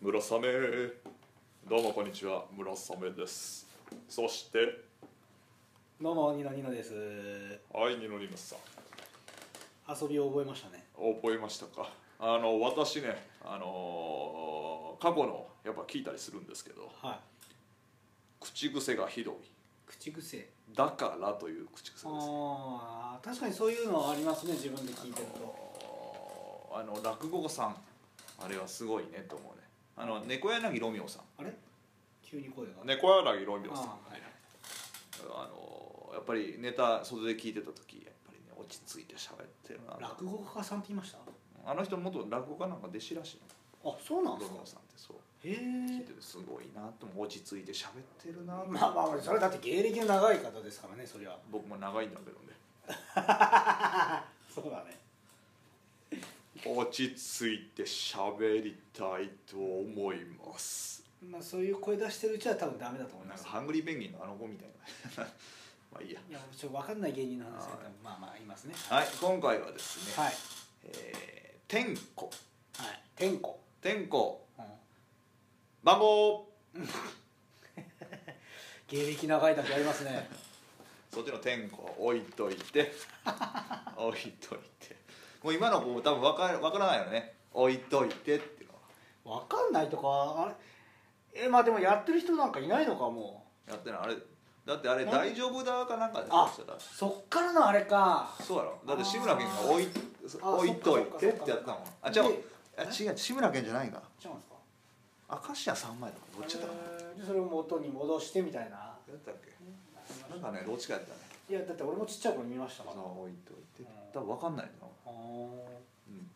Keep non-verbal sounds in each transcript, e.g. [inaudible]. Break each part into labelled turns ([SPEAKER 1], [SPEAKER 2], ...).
[SPEAKER 1] 村雨どうもこんにちは村雨ですそして
[SPEAKER 2] どうもニノニノです
[SPEAKER 1] はいニノリムさん
[SPEAKER 2] 遊びを覚えましたね
[SPEAKER 1] 覚えましたかあの私ねあのー過去のやっぱ聞いたりするんですけど
[SPEAKER 2] はい
[SPEAKER 1] 口癖がひどい
[SPEAKER 2] 口癖
[SPEAKER 1] だからという口癖です
[SPEAKER 2] ああ確かにそういうのありますね自分で聞いてると
[SPEAKER 1] あの落語家さんあれはすごいねと思うねあの猫柳ロミオさん
[SPEAKER 2] あれ急に声が
[SPEAKER 1] 猫柳ロミオさん
[SPEAKER 2] あはい
[SPEAKER 1] あのやっぱりネタ袖で聞いてた時やっぱりね落ち着いて喋ってるな
[SPEAKER 2] 落語家さんって言いました
[SPEAKER 1] あの人元落語家なんか弟子らしい
[SPEAKER 2] あそうな
[SPEAKER 1] の
[SPEAKER 2] んで
[SPEAKER 1] ロ
[SPEAKER 2] すか
[SPEAKER 1] ミオさんってそう
[SPEAKER 2] へ
[SPEAKER 1] 聞い
[SPEAKER 2] え
[SPEAKER 1] ててすごいなとも落ち着いて喋ってるなと
[SPEAKER 2] まあまあまあそれはだって芸歴の長い方ですからねそりゃ
[SPEAKER 1] 僕も長いんだけどね
[SPEAKER 2] そうだね
[SPEAKER 1] 落ち着いて喋りたいと思います
[SPEAKER 2] まあそういう声出してるうちは多分ダメだと思い
[SPEAKER 1] な
[SPEAKER 2] ま
[SPEAKER 1] ん
[SPEAKER 2] す
[SPEAKER 1] かハングリーペンギンのあの子みたいな [laughs] まあいいや
[SPEAKER 2] いやちょっと分かんない芸人の話だけど
[SPEAKER 1] はい
[SPEAKER 2] まあまあいますね
[SPEAKER 1] はい今回はですね
[SPEAKER 2] はい
[SPEAKER 1] えー、天子
[SPEAKER 2] はい天候
[SPEAKER 1] 天子
[SPEAKER 2] うん
[SPEAKER 1] 番号
[SPEAKER 2] 芸歴長いだけありますね
[SPEAKER 1] そっちの天子は置いといて [laughs] 置いといてもう今の子多分わかわからないよね置いといてっていうのは
[SPEAKER 2] 分かんないとかあれえまあでもやってる人なんかいないのかもう
[SPEAKER 1] やってないあれだってあれ
[SPEAKER 2] え
[SPEAKER 1] 大丈夫だかなんかでしょ
[SPEAKER 2] あ
[SPEAKER 1] そしたら
[SPEAKER 2] そっからのあれか
[SPEAKER 1] そうやろだって志村けんが置い
[SPEAKER 2] あー
[SPEAKER 1] 置いといて
[SPEAKER 2] そ
[SPEAKER 1] っ
[SPEAKER 2] っかそっか
[SPEAKER 1] てやったもんあ
[SPEAKER 2] で
[SPEAKER 1] 違うあ違う志村けんじゃないか
[SPEAKER 2] 違うんですか
[SPEAKER 1] 明石家さんまやったかどっちやったかな
[SPEAKER 2] えーでそれを元に戻してみたいな
[SPEAKER 1] やったっけなんかねどっちかやったね
[SPEAKER 2] いやだって俺もちっちゃい頃見ましたから
[SPEAKER 1] そう置いといて多分わかんないな
[SPEAKER 2] あー
[SPEAKER 1] うん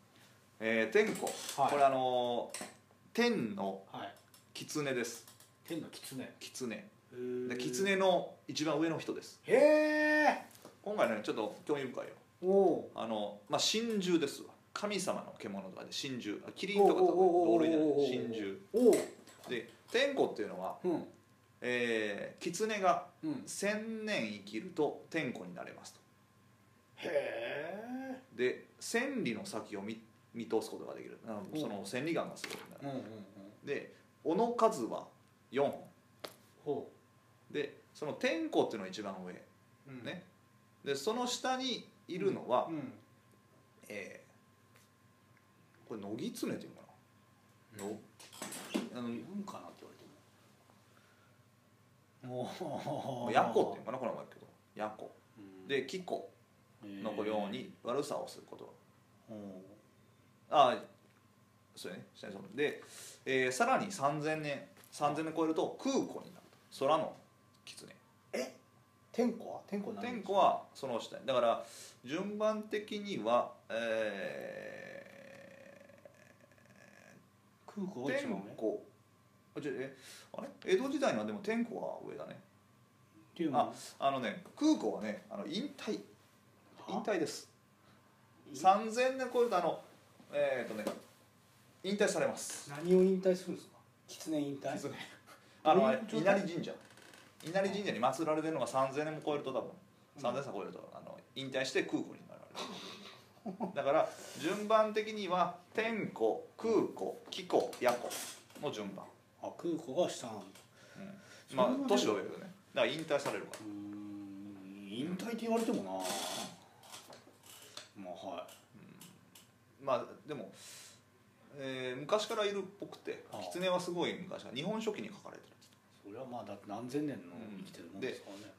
[SPEAKER 1] えー、天子、
[SPEAKER 2] はい
[SPEAKER 1] これあのー天の
[SPEAKER 2] はい
[SPEAKER 1] 狐です
[SPEAKER 2] 天の狐
[SPEAKER 1] 狐
[SPEAKER 2] へ
[SPEAKER 1] で狐の一番上の人です
[SPEAKER 2] へえ
[SPEAKER 1] 今回ねちょっと興味深いよ
[SPEAKER 2] おお
[SPEAKER 1] あのまあ神獣ですわ神様の獣とかで神獣あキリンとかと
[SPEAKER 2] おうおうおうお
[SPEAKER 1] 同
[SPEAKER 2] う
[SPEAKER 1] 類じゃない
[SPEAKER 2] おうおう
[SPEAKER 1] 神獣
[SPEAKER 2] おお
[SPEAKER 1] で天子っていうのは、
[SPEAKER 2] うん
[SPEAKER 1] えー、狐が
[SPEAKER 2] うん
[SPEAKER 1] 千年生きると天子になれますと
[SPEAKER 2] へえ
[SPEAKER 1] で千里の先を見見通すことができるあの
[SPEAKER 2] うん
[SPEAKER 1] その千里眼がすごいな
[SPEAKER 2] うんうんうん
[SPEAKER 1] で尾の数は4本
[SPEAKER 2] ほ
[SPEAKER 1] でその天子っていうのが一番上
[SPEAKER 2] ううん
[SPEAKER 1] ねでその下にいるのは、
[SPEAKER 2] うん
[SPEAKER 1] えーこれ乃木狐っていうのかな、のあ
[SPEAKER 2] い
[SPEAKER 1] の
[SPEAKER 2] るんかなって言われてもおお
[SPEAKER 1] ヤコっていうのかなこの前だけどヤコでキコの
[SPEAKER 2] 子
[SPEAKER 1] ように悪さをすること
[SPEAKER 2] うん
[SPEAKER 1] ああそうやねそうやねそうで、えーさらに3000年3000年超えると空庫になると空の狐
[SPEAKER 2] 天子は天子なん
[SPEAKER 1] 天子はその下にだから順番的にはえ
[SPEAKER 2] 空
[SPEAKER 1] ー、
[SPEAKER 2] 港が一
[SPEAKER 1] 天
[SPEAKER 2] 番上
[SPEAKER 1] 子あちょえあれ江戸時代にはでも天子は上だね
[SPEAKER 2] 龍
[SPEAKER 1] ああのね空庫はねあの引退引
[SPEAKER 2] は
[SPEAKER 1] 退です3000年超えるとあのえっ、とね引退されます
[SPEAKER 2] 何を引退するんですか狐引退
[SPEAKER 1] 狐 [laughs] あの
[SPEAKER 2] どう
[SPEAKER 1] あ
[SPEAKER 2] い
[SPEAKER 1] れ
[SPEAKER 2] う状
[SPEAKER 1] 稲
[SPEAKER 2] 態
[SPEAKER 1] 荷神社稲荷神社に祀られてるのが3000年も超えると多分
[SPEAKER 2] うん
[SPEAKER 1] 3000歳超えるとあの引退して空庫になられるだから順番的には天庫空庫貴庫夜庫の順番、
[SPEAKER 2] あ空港が下なんだ
[SPEAKER 1] うんまあ
[SPEAKER 2] そんな
[SPEAKER 1] 年は上だけどねだから引退されるか
[SPEAKER 2] うーん引退って言われてもなまあはい
[SPEAKER 1] らまあでも、えー昔からいるっぽくて
[SPEAKER 2] ああ
[SPEAKER 1] 狐はすごい昔から日本書紀に書かれてる
[SPEAKER 2] それはまあだって何千年の生きてるもんですからね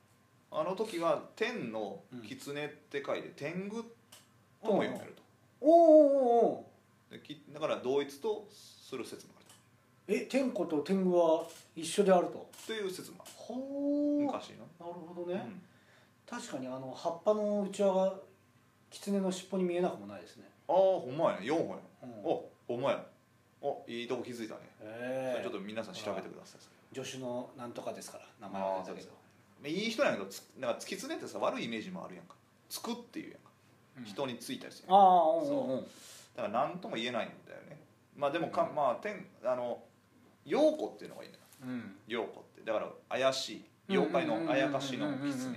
[SPEAKER 1] あの時は天の狐って書いて天狗とも読める
[SPEAKER 2] おおおお
[SPEAKER 1] とできだから同一とする説もある
[SPEAKER 2] え天子と天狗は一緒であると
[SPEAKER 1] という説もある
[SPEAKER 2] ほなる
[SPEAKER 1] 昔の、
[SPEAKER 2] ほど
[SPEAKER 1] う
[SPEAKER 2] ね、
[SPEAKER 1] ん
[SPEAKER 2] 確かにあの葉っぱの内輪が狐の尻尾に見えなくもないですね、
[SPEAKER 1] ああほんまやね4本や、
[SPEAKER 2] うん、
[SPEAKER 1] おほんまやおいいとこ気づいたね、そ
[SPEAKER 2] え
[SPEAKER 1] れ
[SPEAKER 2] え
[SPEAKER 1] ちょっと皆さん調べてくださいそ
[SPEAKER 2] 助手のなんとかですから名
[SPEAKER 1] れ
[SPEAKER 2] 前は出たけど
[SPEAKER 1] でいい人なんやけどつなんか突き詰めてさ悪いイメージもあるやんかつくっていうやんか、人についたりするやん
[SPEAKER 2] ああうん
[SPEAKER 1] そう
[SPEAKER 2] うんうん
[SPEAKER 1] だから何とも言えないんだよねまあでもか、まあ天あの陽子っていうのがいいんだよ
[SPEAKER 2] うん
[SPEAKER 1] 陽子ってだから怪しい妖怪のあやかしの
[SPEAKER 2] うんうんうんうんうんうん
[SPEAKER 1] 狐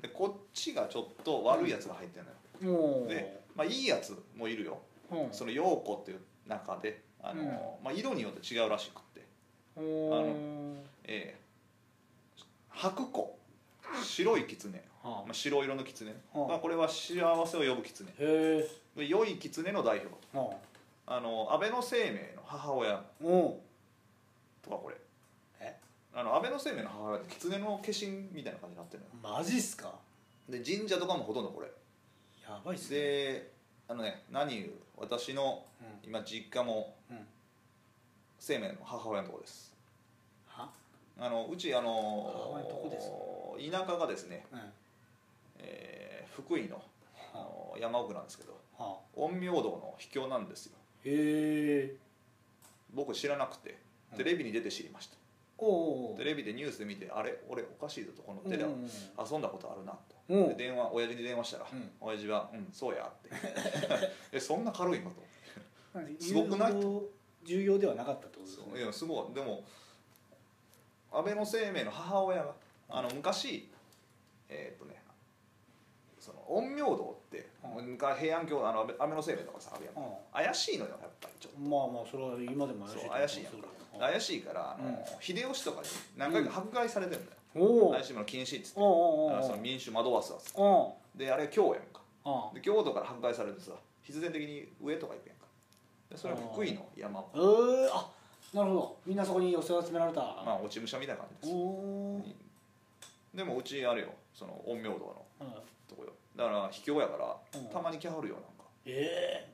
[SPEAKER 1] でこっちがちょっと悪いやつが入ってるのよ、
[SPEAKER 2] もう
[SPEAKER 1] で、まあ、いいやつもいるよ
[SPEAKER 2] うん、
[SPEAKER 1] その陽子っていう中であの、まあ、色によって違うらしくって、
[SPEAKER 2] おー
[SPEAKER 1] ええ白虎白い狐、ま
[SPEAKER 2] は
[SPEAKER 1] あ、白色の狐、
[SPEAKER 2] はあ
[SPEAKER 1] まあ、これは幸せを呼ぶ狐
[SPEAKER 2] あ、へえ
[SPEAKER 1] で良い狐の代表
[SPEAKER 2] は
[SPEAKER 1] あの安倍の生命の母親
[SPEAKER 2] あおう
[SPEAKER 1] とかこれ
[SPEAKER 2] え
[SPEAKER 1] あの安倍の生命の母親って狐の化身みたいな感じになってる
[SPEAKER 2] マジっすか
[SPEAKER 1] のよで神社とかもほとんどこれ
[SPEAKER 2] やばいっすね
[SPEAKER 1] であのね何言う私の今実家も
[SPEAKER 2] うんうん
[SPEAKER 1] 生命の母親のとこです
[SPEAKER 2] は
[SPEAKER 1] あのうちあ
[SPEAKER 2] 母親のとこです
[SPEAKER 1] の田舎がですね、
[SPEAKER 2] うんは
[SPEAKER 1] えー福井のあ
[SPEAKER 2] あ
[SPEAKER 1] の山奥なんですけど
[SPEAKER 2] はあ
[SPEAKER 1] 陰陽道の秘境なんですよ
[SPEAKER 2] へえ
[SPEAKER 1] 僕知らなくて
[SPEAKER 2] うん
[SPEAKER 1] テレビに出て知りました、
[SPEAKER 2] おうおう
[SPEAKER 1] テレビでニュースで見てあれ俺おかしいぞとこの手で
[SPEAKER 2] うんうんうん
[SPEAKER 1] 遊んだことあるなと、
[SPEAKER 2] うん
[SPEAKER 1] で電話親父に電話したら、
[SPEAKER 2] うん
[SPEAKER 1] 親父は「うんそうや」
[SPEAKER 2] [laughs]
[SPEAKER 1] って「えそんな軽いの?」と
[SPEAKER 2] す
[SPEAKER 1] すごくない
[SPEAKER 2] 重要ではなかったってことです
[SPEAKER 1] そうい
[SPEAKER 2] ね
[SPEAKER 1] やすごいでも安倍の生命の母親があの昔えーっとねその陰陽道って、
[SPEAKER 2] う
[SPEAKER 1] 昔平安京あの安倍安倍の生命とかさあるやん
[SPEAKER 2] うん
[SPEAKER 1] 怪しいのよやっぱりちょっ
[SPEAKER 2] まあまあそれは今でも
[SPEAKER 1] と
[SPEAKER 2] 怪し
[SPEAKER 1] そ
[SPEAKER 2] いう
[SPEAKER 1] 怪しいやんか怪しいからあの、
[SPEAKER 2] うん
[SPEAKER 1] 秀吉とかに何回か迫害されてるんだよ、
[SPEAKER 2] おおう
[SPEAKER 1] 怪しいもの禁止っつって
[SPEAKER 2] おうおうおう
[SPEAKER 1] あのその民衆惑わすわっつって
[SPEAKER 2] お
[SPEAKER 1] であれ京やんか
[SPEAKER 2] あ
[SPEAKER 1] で京都から迫害されてさ必然的に上とか行くやんかでそれは福井の山
[SPEAKER 2] えー、あなるほどみんなそこに寄せ集められた、
[SPEAKER 1] まあ落ち武者みたいな感じです
[SPEAKER 2] おおー、
[SPEAKER 1] でもうちあれよその陰陽道の
[SPEAKER 2] うん、
[SPEAKER 1] とこよだから秘境やから、
[SPEAKER 2] うん
[SPEAKER 1] たまに来はるよなんか
[SPEAKER 2] ええ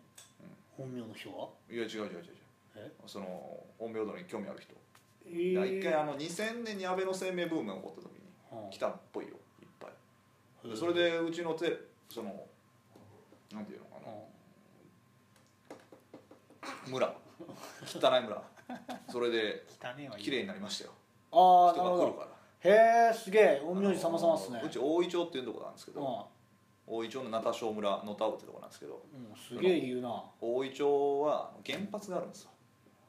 [SPEAKER 2] 本名の人はい
[SPEAKER 1] や違う違う違う違う
[SPEAKER 2] え
[SPEAKER 1] その陰陽道に興味ある人
[SPEAKER 2] え
[SPEAKER 1] だから
[SPEAKER 2] ー
[SPEAKER 1] 一回あの2000年に安倍の生命ブームが起こった時に
[SPEAKER 2] うん
[SPEAKER 1] 来たっぽいよいっぱい
[SPEAKER 2] へ
[SPEAKER 1] で
[SPEAKER 2] ー
[SPEAKER 1] それでうちのてそのなんていうのか
[SPEAKER 2] うん
[SPEAKER 1] な
[SPEAKER 2] [laughs]
[SPEAKER 1] 村汚い村それで
[SPEAKER 2] 汚ねは
[SPEAKER 1] 綺麗になりましたよ
[SPEAKER 2] ああ
[SPEAKER 1] 人
[SPEAKER 2] なる
[SPEAKER 1] が来る
[SPEAKER 2] ほ
[SPEAKER 1] から
[SPEAKER 2] どへえすげえ陰陽師様様っすね
[SPEAKER 1] あのうち大井町っていうとこなんですけ
[SPEAKER 2] う
[SPEAKER 1] ど大井町の中小村野田尾ってとこなんですけど
[SPEAKER 2] ん、うん、すげえ理由な
[SPEAKER 1] 大井町は原発があるんですよ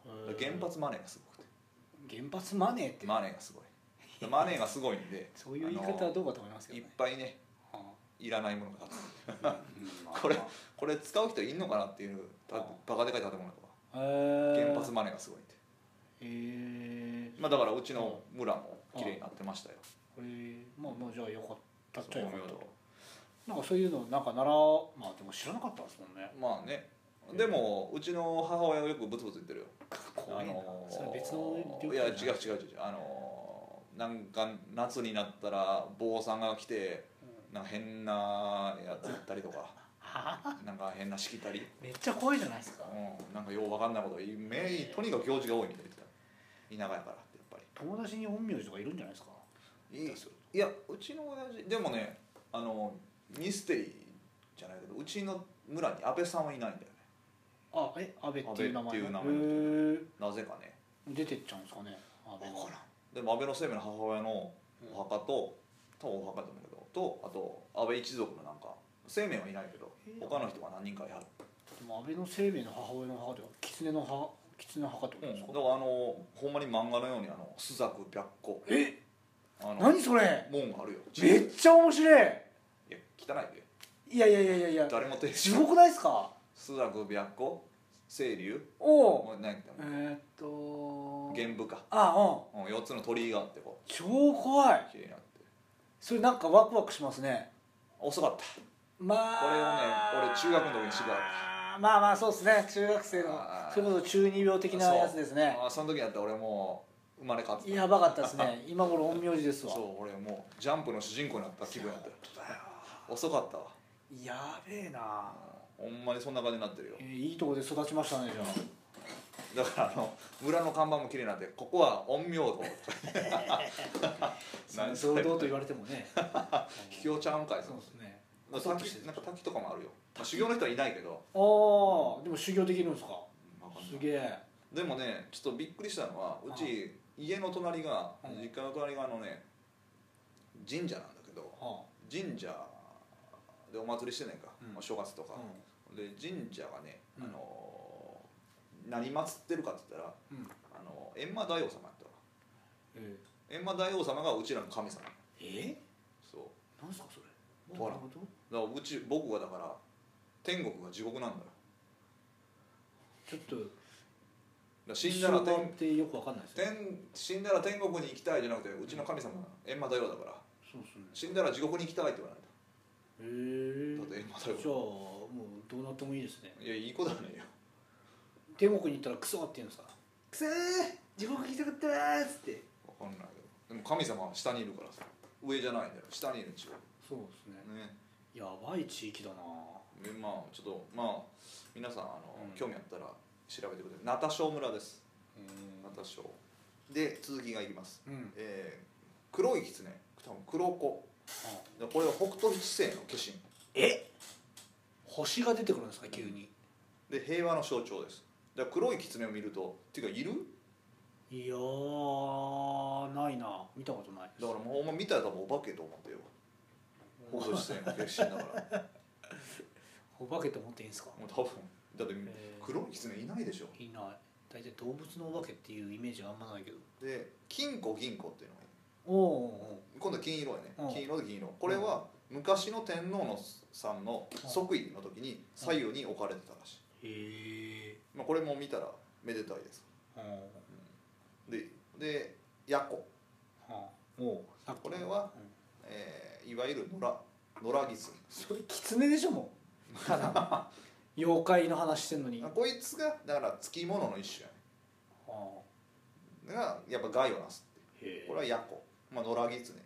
[SPEAKER 2] へ
[SPEAKER 1] だから
[SPEAKER 2] ー
[SPEAKER 1] 原発マネーがすごくて
[SPEAKER 2] 原発マネーって
[SPEAKER 1] マネーがすごいマネーがすごいんで
[SPEAKER 2] そういう言い方はどうかと思います
[SPEAKER 1] あの
[SPEAKER 2] け
[SPEAKER 1] い
[SPEAKER 2] ど
[SPEAKER 1] っ
[SPEAKER 2] ね
[SPEAKER 1] ぱいね
[SPEAKER 2] うん
[SPEAKER 1] いらないものがあって
[SPEAKER 2] うん
[SPEAKER 1] これこれ使う人いんのかなっていうた
[SPEAKER 2] うん
[SPEAKER 1] バカでかい建物とか
[SPEAKER 2] へえ
[SPEAKER 1] 原発マネーがすごいんで、
[SPEAKER 2] ええ
[SPEAKER 1] まあ、だからうちの村も綺麗になってましたよ
[SPEAKER 2] これまあまあじゃあよかったっち
[SPEAKER 1] そ
[SPEAKER 2] ゃ
[SPEAKER 1] う
[SPEAKER 2] よ
[SPEAKER 1] 思
[SPEAKER 2] か
[SPEAKER 1] う
[SPEAKER 2] っ
[SPEAKER 1] よ
[SPEAKER 2] た
[SPEAKER 1] と
[SPEAKER 2] なんかそういうのなんか習わまあでも知らなかったですもんね
[SPEAKER 1] まあねでもうちの母親はよくブツブツ言ってるよ
[SPEAKER 2] 怖いな、
[SPEAKER 1] あのー
[SPEAKER 2] それ別の
[SPEAKER 1] いや違う
[SPEAKER 2] う
[SPEAKER 1] 違う違う違うあのーなんか夏になったら坊さんが来てなんか変なやつやったりと
[SPEAKER 2] [laughs]
[SPEAKER 1] か
[SPEAKER 2] はあ
[SPEAKER 1] なんか変なしきたり、
[SPEAKER 2] めっちゃ怖いじゃないですか
[SPEAKER 1] うん、なんかようわかんないことめいとにかく行事が多いみたいな田舎やからってやっぱ
[SPEAKER 2] 友達に本名字とかいるんじゃないですか
[SPEAKER 1] りいいいやうちの親父でもねあのミステリーじゃないけどうちの村に安倍さんはいないんだよね
[SPEAKER 2] あえ安倍っていう名前
[SPEAKER 1] 安倍って
[SPEAKER 2] へ
[SPEAKER 1] なぜかね
[SPEAKER 2] え出てっちゃうんですかね安倍が
[SPEAKER 1] でも安倍の生命の母親のお墓と、多分お墓だと思うけどとあと安倍一族のなんか生命はいないけど
[SPEAKER 2] えー
[SPEAKER 1] 他の人が何人かいはる、
[SPEAKER 2] でも安倍の生命の母親の母では狐の母狐の墓ってこと
[SPEAKER 1] う
[SPEAKER 2] で
[SPEAKER 1] ん
[SPEAKER 2] す
[SPEAKER 1] だ
[SPEAKER 2] か
[SPEAKER 1] か、らあのほんまに漫画のようにあの朱雀白虎
[SPEAKER 2] え
[SPEAKER 1] あの
[SPEAKER 2] 何それ
[SPEAKER 1] 門があるよ
[SPEAKER 2] めっちゃ面白い
[SPEAKER 1] いや汚いで
[SPEAKER 2] いやいやいやいやいや
[SPEAKER 1] 誰も手
[SPEAKER 2] 地獄ないですか
[SPEAKER 1] 朱雀白虎清流
[SPEAKER 2] おお
[SPEAKER 1] もう何
[SPEAKER 2] えー、っと
[SPEAKER 1] 玄武か、
[SPEAKER 2] あう
[SPEAKER 1] う
[SPEAKER 2] ん
[SPEAKER 1] ん、4つの鳥居があってこう
[SPEAKER 2] 超怖い
[SPEAKER 1] 綺麗になって
[SPEAKER 2] それなんかワクワクしますね
[SPEAKER 1] 遅かった
[SPEAKER 2] まあ
[SPEAKER 1] これをね俺中学の時に知り合っ
[SPEAKER 2] まあまあそうですね中学生の
[SPEAKER 1] あー
[SPEAKER 2] それこそ中二病的なやつですね
[SPEAKER 1] そうあその時だったら俺もう生まれ変わってた
[SPEAKER 2] やばかったですね今頃陰陽師ですわ
[SPEAKER 1] そう俺もうジャンプの主人公になった気分やったよ遅かったわ
[SPEAKER 2] やべえな、
[SPEAKER 1] ほんまにそんな感じになってるよ
[SPEAKER 2] えーいいとこで育ちましたねじ
[SPEAKER 1] だ
[SPEAKER 2] ゃあ
[SPEAKER 1] からあの村の看板も綺麗なんでここは陰陽道何
[SPEAKER 2] そんな堂々と言われても
[SPEAKER 1] [laughs]
[SPEAKER 2] ね
[SPEAKER 1] 秘境ちゃうんかい
[SPEAKER 2] そうですね
[SPEAKER 1] その滝なんか滝とかもあるよ修行の人はいないけど
[SPEAKER 2] ああでも修行できるんですか
[SPEAKER 1] わかんない
[SPEAKER 2] すげえ
[SPEAKER 1] でもねちょっとびっくりしたのはうち家の隣が
[SPEAKER 2] うん
[SPEAKER 1] 実家の隣があのね神社なんだけど
[SPEAKER 2] は
[SPEAKER 1] 神社でお祭りしてないか、
[SPEAKER 2] うん
[SPEAKER 1] お正月とか
[SPEAKER 2] あ、、
[SPEAKER 1] で神社がね、
[SPEAKER 2] うん
[SPEAKER 1] あのー何祀ってるかって言ったら
[SPEAKER 2] うんうん
[SPEAKER 1] あの閻魔大王様やったわ
[SPEAKER 2] え
[SPEAKER 1] 閻魔大王様がうちらの神様
[SPEAKER 2] ー、え
[SPEAKER 1] そう
[SPEAKER 2] なんすかそれ
[SPEAKER 1] ほら
[SPEAKER 2] なるほど
[SPEAKER 1] だからうち僕はだから天国が地獄なんだよ
[SPEAKER 2] ちょっと
[SPEAKER 1] ら死んだら
[SPEAKER 2] 終盤っ
[SPEAKER 1] 天
[SPEAKER 2] てよくわかんないですよ
[SPEAKER 1] 天死んだら天国に行きたいじゃなくてうちの神様閻魔大王だから
[SPEAKER 2] そうですね
[SPEAKER 1] 死んだら地獄に行きたいって言わない
[SPEAKER 2] へ
[SPEAKER 1] とだっ
[SPEAKER 2] え
[SPEAKER 1] て閻魔
[SPEAKER 2] じゃあ
[SPEAKER 1] 大
[SPEAKER 2] もうどうなってもいいですね
[SPEAKER 1] 王いやいい子だねよ
[SPEAKER 2] 天国に行ったらクソって言うんですかクソー地獄行きたかったーっつって
[SPEAKER 1] 分かんないけどでも神様は下にいるからさ上じゃないんだよ下にいるんでしょ
[SPEAKER 2] そうですね
[SPEAKER 1] ね
[SPEAKER 2] やばい地域だな
[SPEAKER 1] でまあちょっとまあ皆さんあの、
[SPEAKER 2] うん
[SPEAKER 1] 興味あったら調べてくださいナタショー村です
[SPEAKER 2] う
[SPEAKER 1] ナタショーで続きがいきます、
[SPEAKER 2] んうん
[SPEAKER 1] えー黒い狐多分黒子でこれは北斗七星の化身
[SPEAKER 2] え星が出てくるんですか急に
[SPEAKER 1] で平和の象徴ですだから黒い狐を見るとっていうかいる
[SPEAKER 2] いやーないな見たことないです
[SPEAKER 1] だからもうお前見たら多分お化けと思ってよ北斗七星の化身だから
[SPEAKER 2] [laughs] お化けって思っていいんですか
[SPEAKER 1] もう多分だって
[SPEAKER 2] えー
[SPEAKER 1] 黒い狐いないでしょ
[SPEAKER 2] いない大体動物のお化けっていうイメージはあんまないけど
[SPEAKER 1] で金庫銀庫っていうのがいる
[SPEAKER 2] おお
[SPEAKER 1] 今度は金色やね、
[SPEAKER 2] うん
[SPEAKER 1] 金色で銀色これは昔の天皇のさんの即位の時に左右に置かれてたらしい、
[SPEAKER 2] へえ
[SPEAKER 1] まあ、これも見たらめでたいです
[SPEAKER 2] は
[SPEAKER 1] ででヤコ、
[SPEAKER 2] あおあ
[SPEAKER 1] これは
[SPEAKER 2] うん
[SPEAKER 1] えーいわゆる野良野良ギス
[SPEAKER 2] それ狐でしょもうただ [laughs] 妖怪の話してんのに
[SPEAKER 1] あ
[SPEAKER 2] あ
[SPEAKER 1] こいつがだからつきものの一種や
[SPEAKER 2] あ
[SPEAKER 1] ねがやっぱ害をなすって
[SPEAKER 2] へ
[SPEAKER 1] これはヤコ、まあ、野良ギツネ、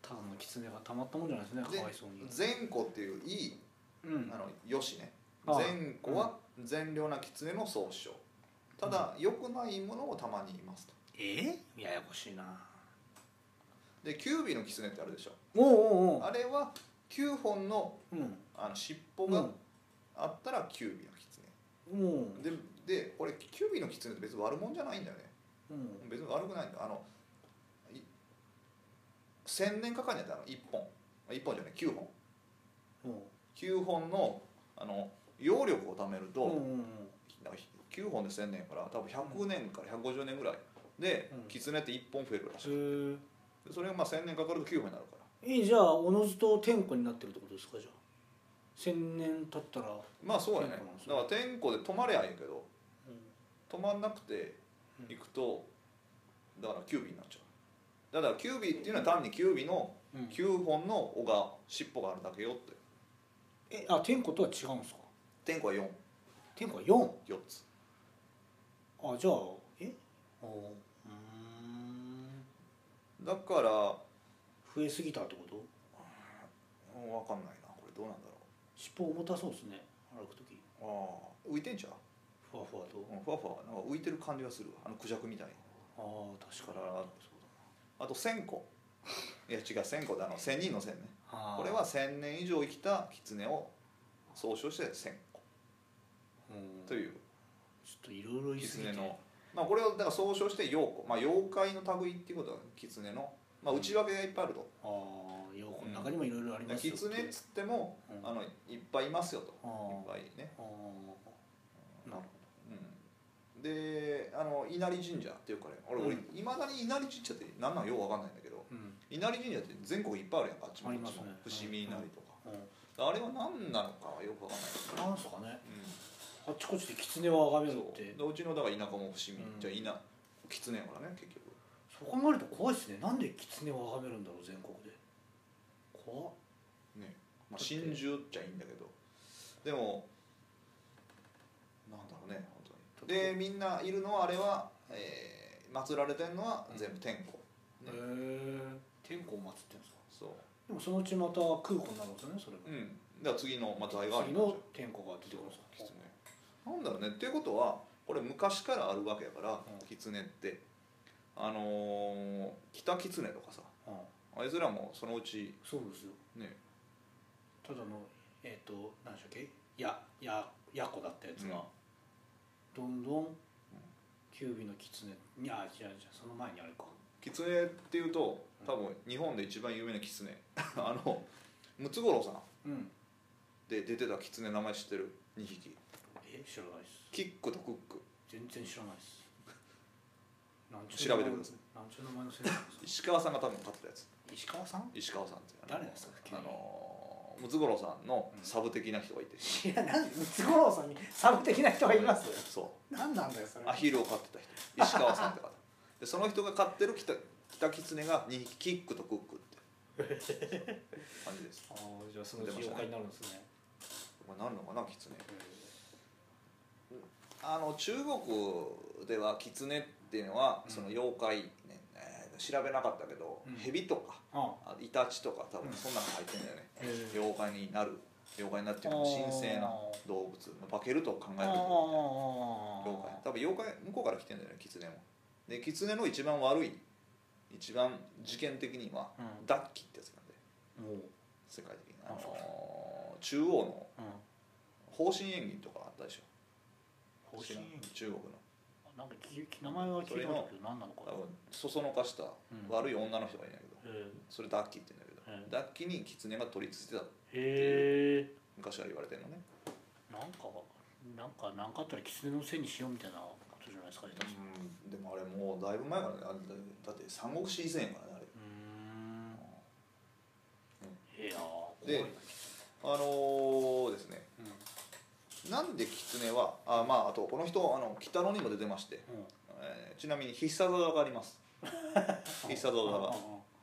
[SPEAKER 2] ただの狐がたまったもんじゃないですね
[SPEAKER 1] で
[SPEAKER 2] かわいそうに
[SPEAKER 1] うん、善子っていういい
[SPEAKER 2] うん
[SPEAKER 1] あのよしね
[SPEAKER 2] ああ
[SPEAKER 1] 善子は善良な狐の総称ただ良くないものをたまに言いますと
[SPEAKER 2] えややこしいな
[SPEAKER 1] で九尾の狐ってあるでしょ
[SPEAKER 2] おうおうお
[SPEAKER 1] あれは9本の
[SPEAKER 2] ううん
[SPEAKER 1] あの尻尾があったら九尾の狐、
[SPEAKER 2] うんうん
[SPEAKER 1] ででこれ九尾の狐って別に悪者じゃないんだよね
[SPEAKER 2] うん
[SPEAKER 1] 別に悪くないんだよあのい千年かかんねやったあの1本1本じゃない9本
[SPEAKER 2] うん
[SPEAKER 1] 9本のあの揚力を貯めると、
[SPEAKER 2] うんうんうん
[SPEAKER 1] なんか9本で1000年やから多分100年から150年ぐらいで、
[SPEAKER 2] うん
[SPEAKER 1] 狐って1本増えるらしい
[SPEAKER 2] へ
[SPEAKER 1] でそれがまあ1000年かかると9本になるから
[SPEAKER 2] ええじゃあおのずと天子になってるってことですかじゃあ千年経ったら、
[SPEAKER 1] まあそうやね
[SPEAKER 2] 天候なんです
[SPEAKER 1] だ
[SPEAKER 2] ね
[SPEAKER 1] から天候で止まれゃいいけど
[SPEAKER 2] うん
[SPEAKER 1] 止まんなくて行くとだから九尾になっちゃうだから九尾っていうのは単に九尾の
[SPEAKER 2] うん
[SPEAKER 1] 9本の尾が尻尾があるだけよって
[SPEAKER 2] えあ天子とは違うんですか
[SPEAKER 1] 天候は4
[SPEAKER 2] 天子は四
[SPEAKER 1] 4つ
[SPEAKER 2] あじゃあえおううーん
[SPEAKER 1] だから
[SPEAKER 2] 増えすぎたってこと
[SPEAKER 1] うんわかんないなこれどうなんだ
[SPEAKER 2] 尻尾重たそうですね歩く時
[SPEAKER 1] ろうああ浮いてんちゃう
[SPEAKER 2] ふわふわと
[SPEAKER 1] うんふわふわなんか浮いてる感じがするわあのクジャクみたいに
[SPEAKER 2] ああ確かに
[SPEAKER 1] ああと千個いや違う千個だあの千人の千ね
[SPEAKER 2] あー
[SPEAKER 1] これは千年以上生きた狐を総称して千個
[SPEAKER 2] うん
[SPEAKER 1] という
[SPEAKER 2] ちょっといろいろ言い過ぎ
[SPEAKER 1] 狐
[SPEAKER 2] て
[SPEAKER 1] の、まあ、これをだから総称して妖狐、まあ、妖怪の類っていうことは狐の、まあ、内訳がいっぱいあると、
[SPEAKER 2] ああようの中にもいろいろあり
[SPEAKER 1] で
[SPEAKER 2] ますよ
[SPEAKER 1] 狐っ
[SPEAKER 2] って
[SPEAKER 1] つっても
[SPEAKER 2] うん
[SPEAKER 1] あのいっぱいいますよと
[SPEAKER 2] あ
[SPEAKER 1] いっ
[SPEAKER 2] ー
[SPEAKER 1] ぱいね、
[SPEAKER 2] あーなる
[SPEAKER 1] うん、であの稲荷神社っていうかね俺
[SPEAKER 2] うん
[SPEAKER 1] いま、俺未だに稲荷神社って何なんようわかんないんだけど
[SPEAKER 2] ほどうん
[SPEAKER 1] 稲荷神社って全国いっぱいあるやんかあっちもこっちも
[SPEAKER 2] ありますね
[SPEAKER 1] 伏見稲荷とか。
[SPEAKER 2] うん
[SPEAKER 1] あれは何なのかはよくわかんないですけど、
[SPEAKER 2] なんすかねあっちこっちで狐をあがめるっ
[SPEAKER 1] そう
[SPEAKER 2] て
[SPEAKER 1] でうちのだから田舎も伏見、
[SPEAKER 2] うん
[SPEAKER 1] じゃあ稲狐やからね結局
[SPEAKER 2] そう考えると怖いですねなんで狐をあがめるんだろう全国で怖っ
[SPEAKER 1] ねまあ
[SPEAKER 2] だって
[SPEAKER 1] 真珠っちゃいいんだけどでもなんだろうね本当に
[SPEAKER 2] だっ
[SPEAKER 1] でみんないるのはあれは、えー、祀られてんのは全部天候、
[SPEAKER 2] へ
[SPEAKER 1] ね
[SPEAKER 2] え天候を祀ってんですか
[SPEAKER 1] そ
[SPEAKER 2] でもそのうちまた空港になるんですよねそれ
[SPEAKER 1] うう
[SPEAKER 2] も、
[SPEAKER 1] んだから次のまた愛がある
[SPEAKER 2] 次の天候が出てくるんですか
[SPEAKER 1] 狐なんだろうねっていうことはこれ昔からあるわけやから、
[SPEAKER 2] うん
[SPEAKER 1] 狐ってあのー、北狐とかさ
[SPEAKER 2] うん
[SPEAKER 1] あいつらもそのうち
[SPEAKER 2] そうですよ
[SPEAKER 1] ね
[SPEAKER 2] ただのえっ、と何でしたっけやややこだったやつが、どんどん九尾の狐いや違う違うその前にあれか
[SPEAKER 1] 狐っていうと多分日本で一番有名な狐 [laughs] あのムツゴロウさん
[SPEAKER 2] うん
[SPEAKER 1] で出てた狐の名前知ってる2匹
[SPEAKER 2] え知らないです
[SPEAKER 1] キックとクック
[SPEAKER 2] 全然知らない
[SPEAKER 1] [laughs]
[SPEAKER 2] ですなん
[SPEAKER 1] 調べてください
[SPEAKER 2] なんちゅう名前のせいなんですか
[SPEAKER 1] 石川さんが多分飼ってたやつ
[SPEAKER 2] 石川さん
[SPEAKER 1] 石川さんってあの
[SPEAKER 2] 誰ですか
[SPEAKER 1] あのムツゴロウさんのサブ的な人がいて、
[SPEAKER 2] いやなんムツゴロウさんにサブ的な人がいます
[SPEAKER 1] [laughs] そう
[SPEAKER 2] 何なんだよそれ
[SPEAKER 1] アヒルを飼ってた人石川さんって方でその人が飼ってるキタキタキツネが2匹キックとクックって感じです
[SPEAKER 2] あーじゃあそのうち妖怪になるんですね
[SPEAKER 1] これなんのかなキツネあの中国ではキツネっていうのは
[SPEAKER 2] うん
[SPEAKER 1] その妖怪、ねえー調べなかったけど、
[SPEAKER 2] うん
[SPEAKER 1] 蛇とか
[SPEAKER 2] あ
[SPEAKER 1] あイタチとか多
[SPEAKER 2] う
[SPEAKER 1] 分
[SPEAKER 2] ん
[SPEAKER 1] そんなの入ってんだよね、
[SPEAKER 2] へー
[SPEAKER 1] 妖怪になる妖怪になるっていうか神聖な動物まあ化けると考えるけど妖怪多分妖怪向こうから来てんだよね狐もで狐の一番悪い一番事件的には、
[SPEAKER 2] うん
[SPEAKER 1] ダッキってやつなんで
[SPEAKER 2] もう、
[SPEAKER 1] 世界的に、あ
[SPEAKER 2] あそう
[SPEAKER 1] のー中央の
[SPEAKER 2] うん、
[SPEAKER 1] 方針演銀とかあったでしょ
[SPEAKER 2] 方針
[SPEAKER 1] 中国の
[SPEAKER 2] なんかき名前は聞いたことあるけど何なのか
[SPEAKER 1] 多
[SPEAKER 2] な
[SPEAKER 1] 分そそのかした
[SPEAKER 2] うん
[SPEAKER 1] 悪い女の人がいないんだけど、
[SPEAKER 2] へ
[SPEAKER 1] それダッキって言うんだけど、
[SPEAKER 2] うん
[SPEAKER 1] ダッキに狐が取り付いてた
[SPEAKER 2] え
[SPEAKER 1] 昔は言われてるのね、
[SPEAKER 2] なんかなんかなんかあったら狐のせいにしようみたいなことじゃないですか下手したら
[SPEAKER 1] でもあれもうだいぶ前からねあれだだって三国志以前からねあれ
[SPEAKER 2] うーんいやー
[SPEAKER 1] で
[SPEAKER 2] 怖い
[SPEAKER 1] あ
[SPEAKER 2] な
[SPEAKER 1] のーですね
[SPEAKER 2] うん
[SPEAKER 1] なんで狐はあまああとこの人あの北野にも出てまして、
[SPEAKER 2] うん
[SPEAKER 1] えーちなみに必殺技があります
[SPEAKER 2] [laughs]
[SPEAKER 1] 必殺技
[SPEAKER 2] うん
[SPEAKER 1] が、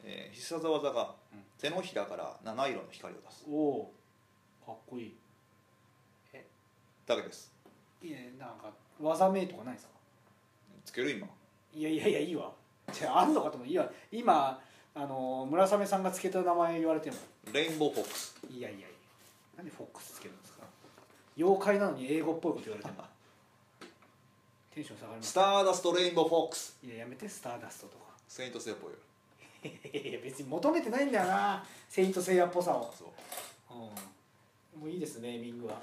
[SPEAKER 1] えー必殺技が
[SPEAKER 2] うん
[SPEAKER 1] 手のひらから七色の光を出す
[SPEAKER 2] うんおーかっこいい
[SPEAKER 1] だけです
[SPEAKER 2] いいねなんか技名とかないですか
[SPEAKER 1] つける今
[SPEAKER 2] いやいやいやいいわじゃああんのかと思ういや今あの村雨さんがつけた名前言われても
[SPEAKER 1] レインボーフォックス
[SPEAKER 2] いやいやいやなんでフォックスつけるんですか妖怪なのに英語っぽいこと言われてもテンション下がりま
[SPEAKER 1] ス
[SPEAKER 2] す
[SPEAKER 1] ターダストレインボーフォックス
[SPEAKER 2] いややめてスターダストとか
[SPEAKER 1] セイントセイっぽいよ
[SPEAKER 2] いやいや別に求めてないんだよなセイントセイヤっぽさを、
[SPEAKER 1] そう、
[SPEAKER 2] うん、もういいですねミングは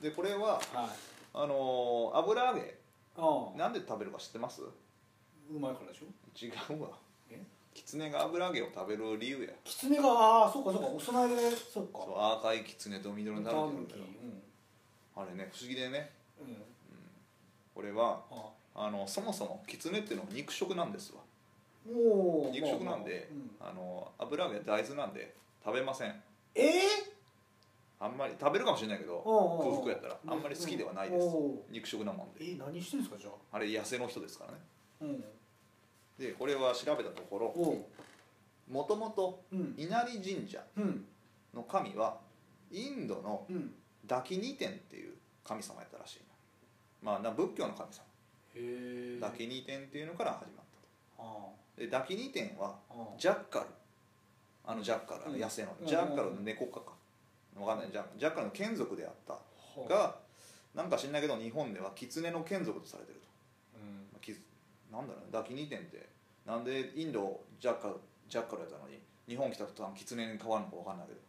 [SPEAKER 1] でこれは
[SPEAKER 2] はい
[SPEAKER 1] あのー油揚げ
[SPEAKER 2] あ
[SPEAKER 1] なんで食べるか知ってます
[SPEAKER 2] うまいからでしょ
[SPEAKER 1] 違うわ
[SPEAKER 2] え
[SPEAKER 1] キツネが油揚げを食べる理由や
[SPEAKER 2] キツネがああそうかそうかお供えでそうか
[SPEAKER 1] そう赤いキツネと緑のタヌキなんだ
[SPEAKER 2] タ
[SPEAKER 1] よ
[SPEAKER 2] ヌキ
[SPEAKER 1] あれね不思議でね
[SPEAKER 2] うんうん
[SPEAKER 1] これは
[SPEAKER 2] あ
[SPEAKER 1] あのそもそもキツネっていうのは肉食なんですわ
[SPEAKER 2] もう
[SPEAKER 1] 肉食なんで、
[SPEAKER 2] まあまあ
[SPEAKER 1] あ
[SPEAKER 2] うん
[SPEAKER 1] の油揚げは大豆なんで食べません
[SPEAKER 2] ええ
[SPEAKER 1] あんまり食べるかもしれないけど
[SPEAKER 2] おうおうおう
[SPEAKER 1] 空腹やったらあんまり好きではないです
[SPEAKER 2] うんおう
[SPEAKER 1] 肉食なもんで
[SPEAKER 2] え何してんですかじゃあ
[SPEAKER 1] あれ野生の人ですからね
[SPEAKER 2] うん
[SPEAKER 1] でこれは調べたところ
[SPEAKER 2] おう
[SPEAKER 1] もともと
[SPEAKER 2] うん
[SPEAKER 1] 稲荷神社
[SPEAKER 2] うん
[SPEAKER 1] の神はインドの
[SPEAKER 2] うん
[SPEAKER 1] ダキニテンっていう神様やったらしいなまあな仏教の神様
[SPEAKER 2] へえ
[SPEAKER 1] ダキニテンっていうのから始まっ
[SPEAKER 2] あ
[SPEAKER 1] たとでダキニテンは
[SPEAKER 2] あああ
[SPEAKER 1] ジャッカルあのジャッカルあの
[SPEAKER 2] うん
[SPEAKER 1] 野生の、
[SPEAKER 2] うん
[SPEAKER 1] ジャッカルの猫科か分かんないジャジャッカルの眷属であった
[SPEAKER 2] はあ
[SPEAKER 1] がなんか知んないけど日本では狐の眷属とされてると
[SPEAKER 2] うん
[SPEAKER 1] まあきなんだろうねダキニテンってなんでインドジャッカルジャッカルやったのに日本来た途端狐に変わるのか分かんないけど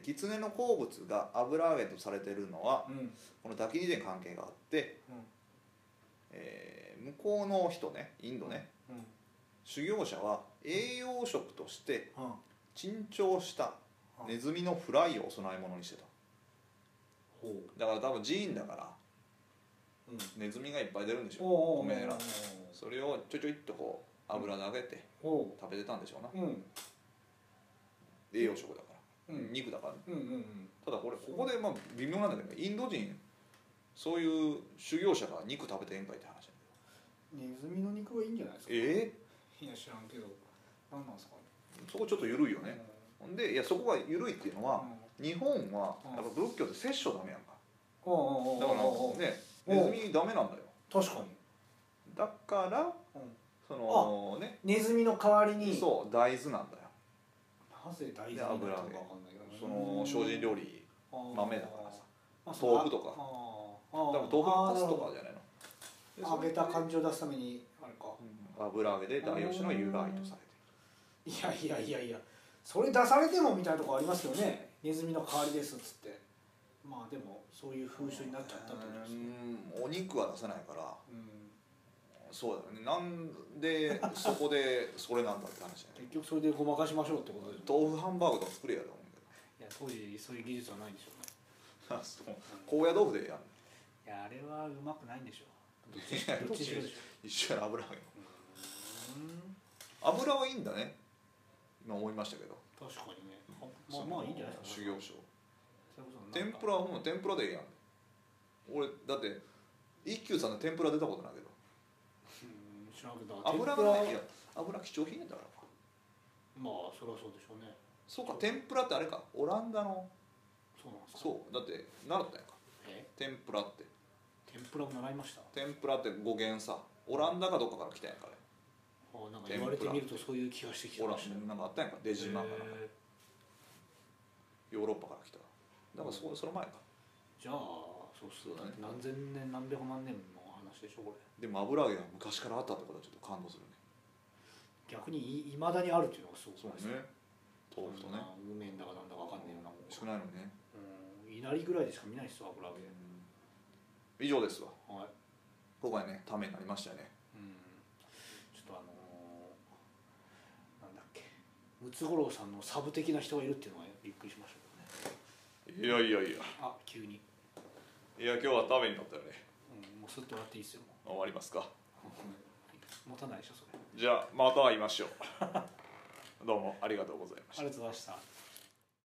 [SPEAKER 1] で狐の好物が油揚げとされてるのは
[SPEAKER 2] うんうん
[SPEAKER 1] このダキニテン関係があって、えー向こうの人ねインドね
[SPEAKER 2] うんうん
[SPEAKER 1] 修行者は栄養食として
[SPEAKER 2] は
[SPEAKER 1] 珍重した
[SPEAKER 2] あ
[SPEAKER 1] ネズミのフライをお供え物にしてた
[SPEAKER 2] ほう
[SPEAKER 1] だから多分寺院だから
[SPEAKER 2] うん
[SPEAKER 1] ネズミがいっぱい出るんでしょ
[SPEAKER 2] おうおうおう
[SPEAKER 1] おめえらそれをちょいちょいっとこう油で揚げて
[SPEAKER 2] おう
[SPEAKER 1] 食べてたんでしょうな
[SPEAKER 2] うん
[SPEAKER 1] 栄養食だから、
[SPEAKER 2] うん
[SPEAKER 1] 肉だから
[SPEAKER 2] うんうんうん
[SPEAKER 1] ただこれここでまあ微妙なんだけどインド人そういう修行者が肉食べてええんかいって話なんだよ
[SPEAKER 2] ネズミの肉はいいんじゃないですか
[SPEAKER 1] え
[SPEAKER 2] いや知らんけど何なんですかね
[SPEAKER 1] えそこちょっと緩いよねほんでいやそこが緩いっていうのは
[SPEAKER 2] うん
[SPEAKER 1] 日本はやっぱ仏教で摂取ダメやんか
[SPEAKER 2] おうおうおう
[SPEAKER 1] だから
[SPEAKER 2] おうおう
[SPEAKER 1] ね
[SPEAKER 2] うん
[SPEAKER 1] ネズミダメなんだよ
[SPEAKER 2] 確かに
[SPEAKER 1] だから
[SPEAKER 2] うん
[SPEAKER 1] そのね
[SPEAKER 2] ネズミの代わりに
[SPEAKER 1] そう大豆なんだよ
[SPEAKER 2] なぜ大豆に
[SPEAKER 1] で
[SPEAKER 2] なったのか
[SPEAKER 1] 油
[SPEAKER 2] わ
[SPEAKER 1] 揚
[SPEAKER 2] かん
[SPEAKER 1] げ
[SPEAKER 2] ないけど
[SPEAKER 1] その精進料理豆だからさ
[SPEAKER 2] さ
[SPEAKER 1] 豆腐とか多分豆腐のカスとかじゃないので
[SPEAKER 2] 揚
[SPEAKER 1] それ
[SPEAKER 2] げ
[SPEAKER 1] で
[SPEAKER 2] た感じを出すためにあれか
[SPEAKER 1] うん油揚げで大吉の由来とされて
[SPEAKER 2] いやいやいやいやそれ出されてもみたいなとこありますよねネズミの代わりですっつってまあでもそういう風習になっちゃったってことですね
[SPEAKER 1] うんお肉は出せないから
[SPEAKER 2] うん
[SPEAKER 1] そうだよねなんでそこでそれなんだって話だよね
[SPEAKER 2] 結局それでごまかしましょうってことですね
[SPEAKER 1] 豆腐ハンバーグとか作れやと思うんだ
[SPEAKER 2] いや当時そういう技術はないんでしょうね
[SPEAKER 1] けどそう [laughs] 高野豆腐でやる
[SPEAKER 2] いやあれはうまくないんでしょうどっち
[SPEAKER 1] いや
[SPEAKER 2] どっちにしろでしょ
[SPEAKER 1] 一緒やな油揚げも
[SPEAKER 2] ううん
[SPEAKER 1] 油はいいんだね今思いましたけど
[SPEAKER 2] 確かにね
[SPEAKER 1] その
[SPEAKER 2] まあまあいいんじゃないですか
[SPEAKER 1] 修行僧
[SPEAKER 2] そういうことになる
[SPEAKER 1] 天
[SPEAKER 2] か
[SPEAKER 1] ぷらはもう天ぷらでいいやん俺だって一休さんの天ぷら出たことないけど
[SPEAKER 2] うん知らんけど
[SPEAKER 1] 油がないいや油貴重品やだから
[SPEAKER 2] まあそりゃそうでしょうね
[SPEAKER 1] そうか天ぷらってあれかオランダの
[SPEAKER 2] そうなんですか
[SPEAKER 1] そうだって習ったやんか
[SPEAKER 2] え
[SPEAKER 1] 天ぷらって
[SPEAKER 2] 天ぷらも習いました
[SPEAKER 1] 天ぷらって語源さオランダかどっかから来たやんかあれ
[SPEAKER 2] あなんか言われてみるとそういう気がしてきて
[SPEAKER 1] オラ
[SPEAKER 2] ました
[SPEAKER 1] ンなんかあったやんか出島かなんか
[SPEAKER 2] へえ
[SPEAKER 1] ヨーロッパから来ただからそその前か
[SPEAKER 2] じゃあそうっす
[SPEAKER 1] そうだね
[SPEAKER 2] ね何千年何百万年の話でしょこれ
[SPEAKER 1] でも油揚げが昔からあったってことはちょっと感動するね
[SPEAKER 2] 逆にいまだにあるっていうのがすごくないですか
[SPEAKER 1] ね豆腐とね
[SPEAKER 2] そんな無麺だかなんだかわかんねえよなもう
[SPEAKER 1] 少ないのにね
[SPEAKER 2] うんいなりぐらいでしか見ないっすわ油揚げ
[SPEAKER 1] 以上ですわ
[SPEAKER 2] はい
[SPEAKER 1] 今回ねためになりましたよね
[SPEAKER 2] うんちょっとあのーなんだっけムツゴロウさんのサブ的な人がいるっていうのはびっくりしましたけどね
[SPEAKER 1] いやいやいや
[SPEAKER 2] あ急に、
[SPEAKER 1] いや今日はためになったよね
[SPEAKER 2] うん、もうすっと笑っていいっすよも
[SPEAKER 1] 終わりますか
[SPEAKER 2] う持たないでしょそれ
[SPEAKER 1] [laughs] じゃあまた会いましょうどうもありがとうございました
[SPEAKER 2] ありがとうございました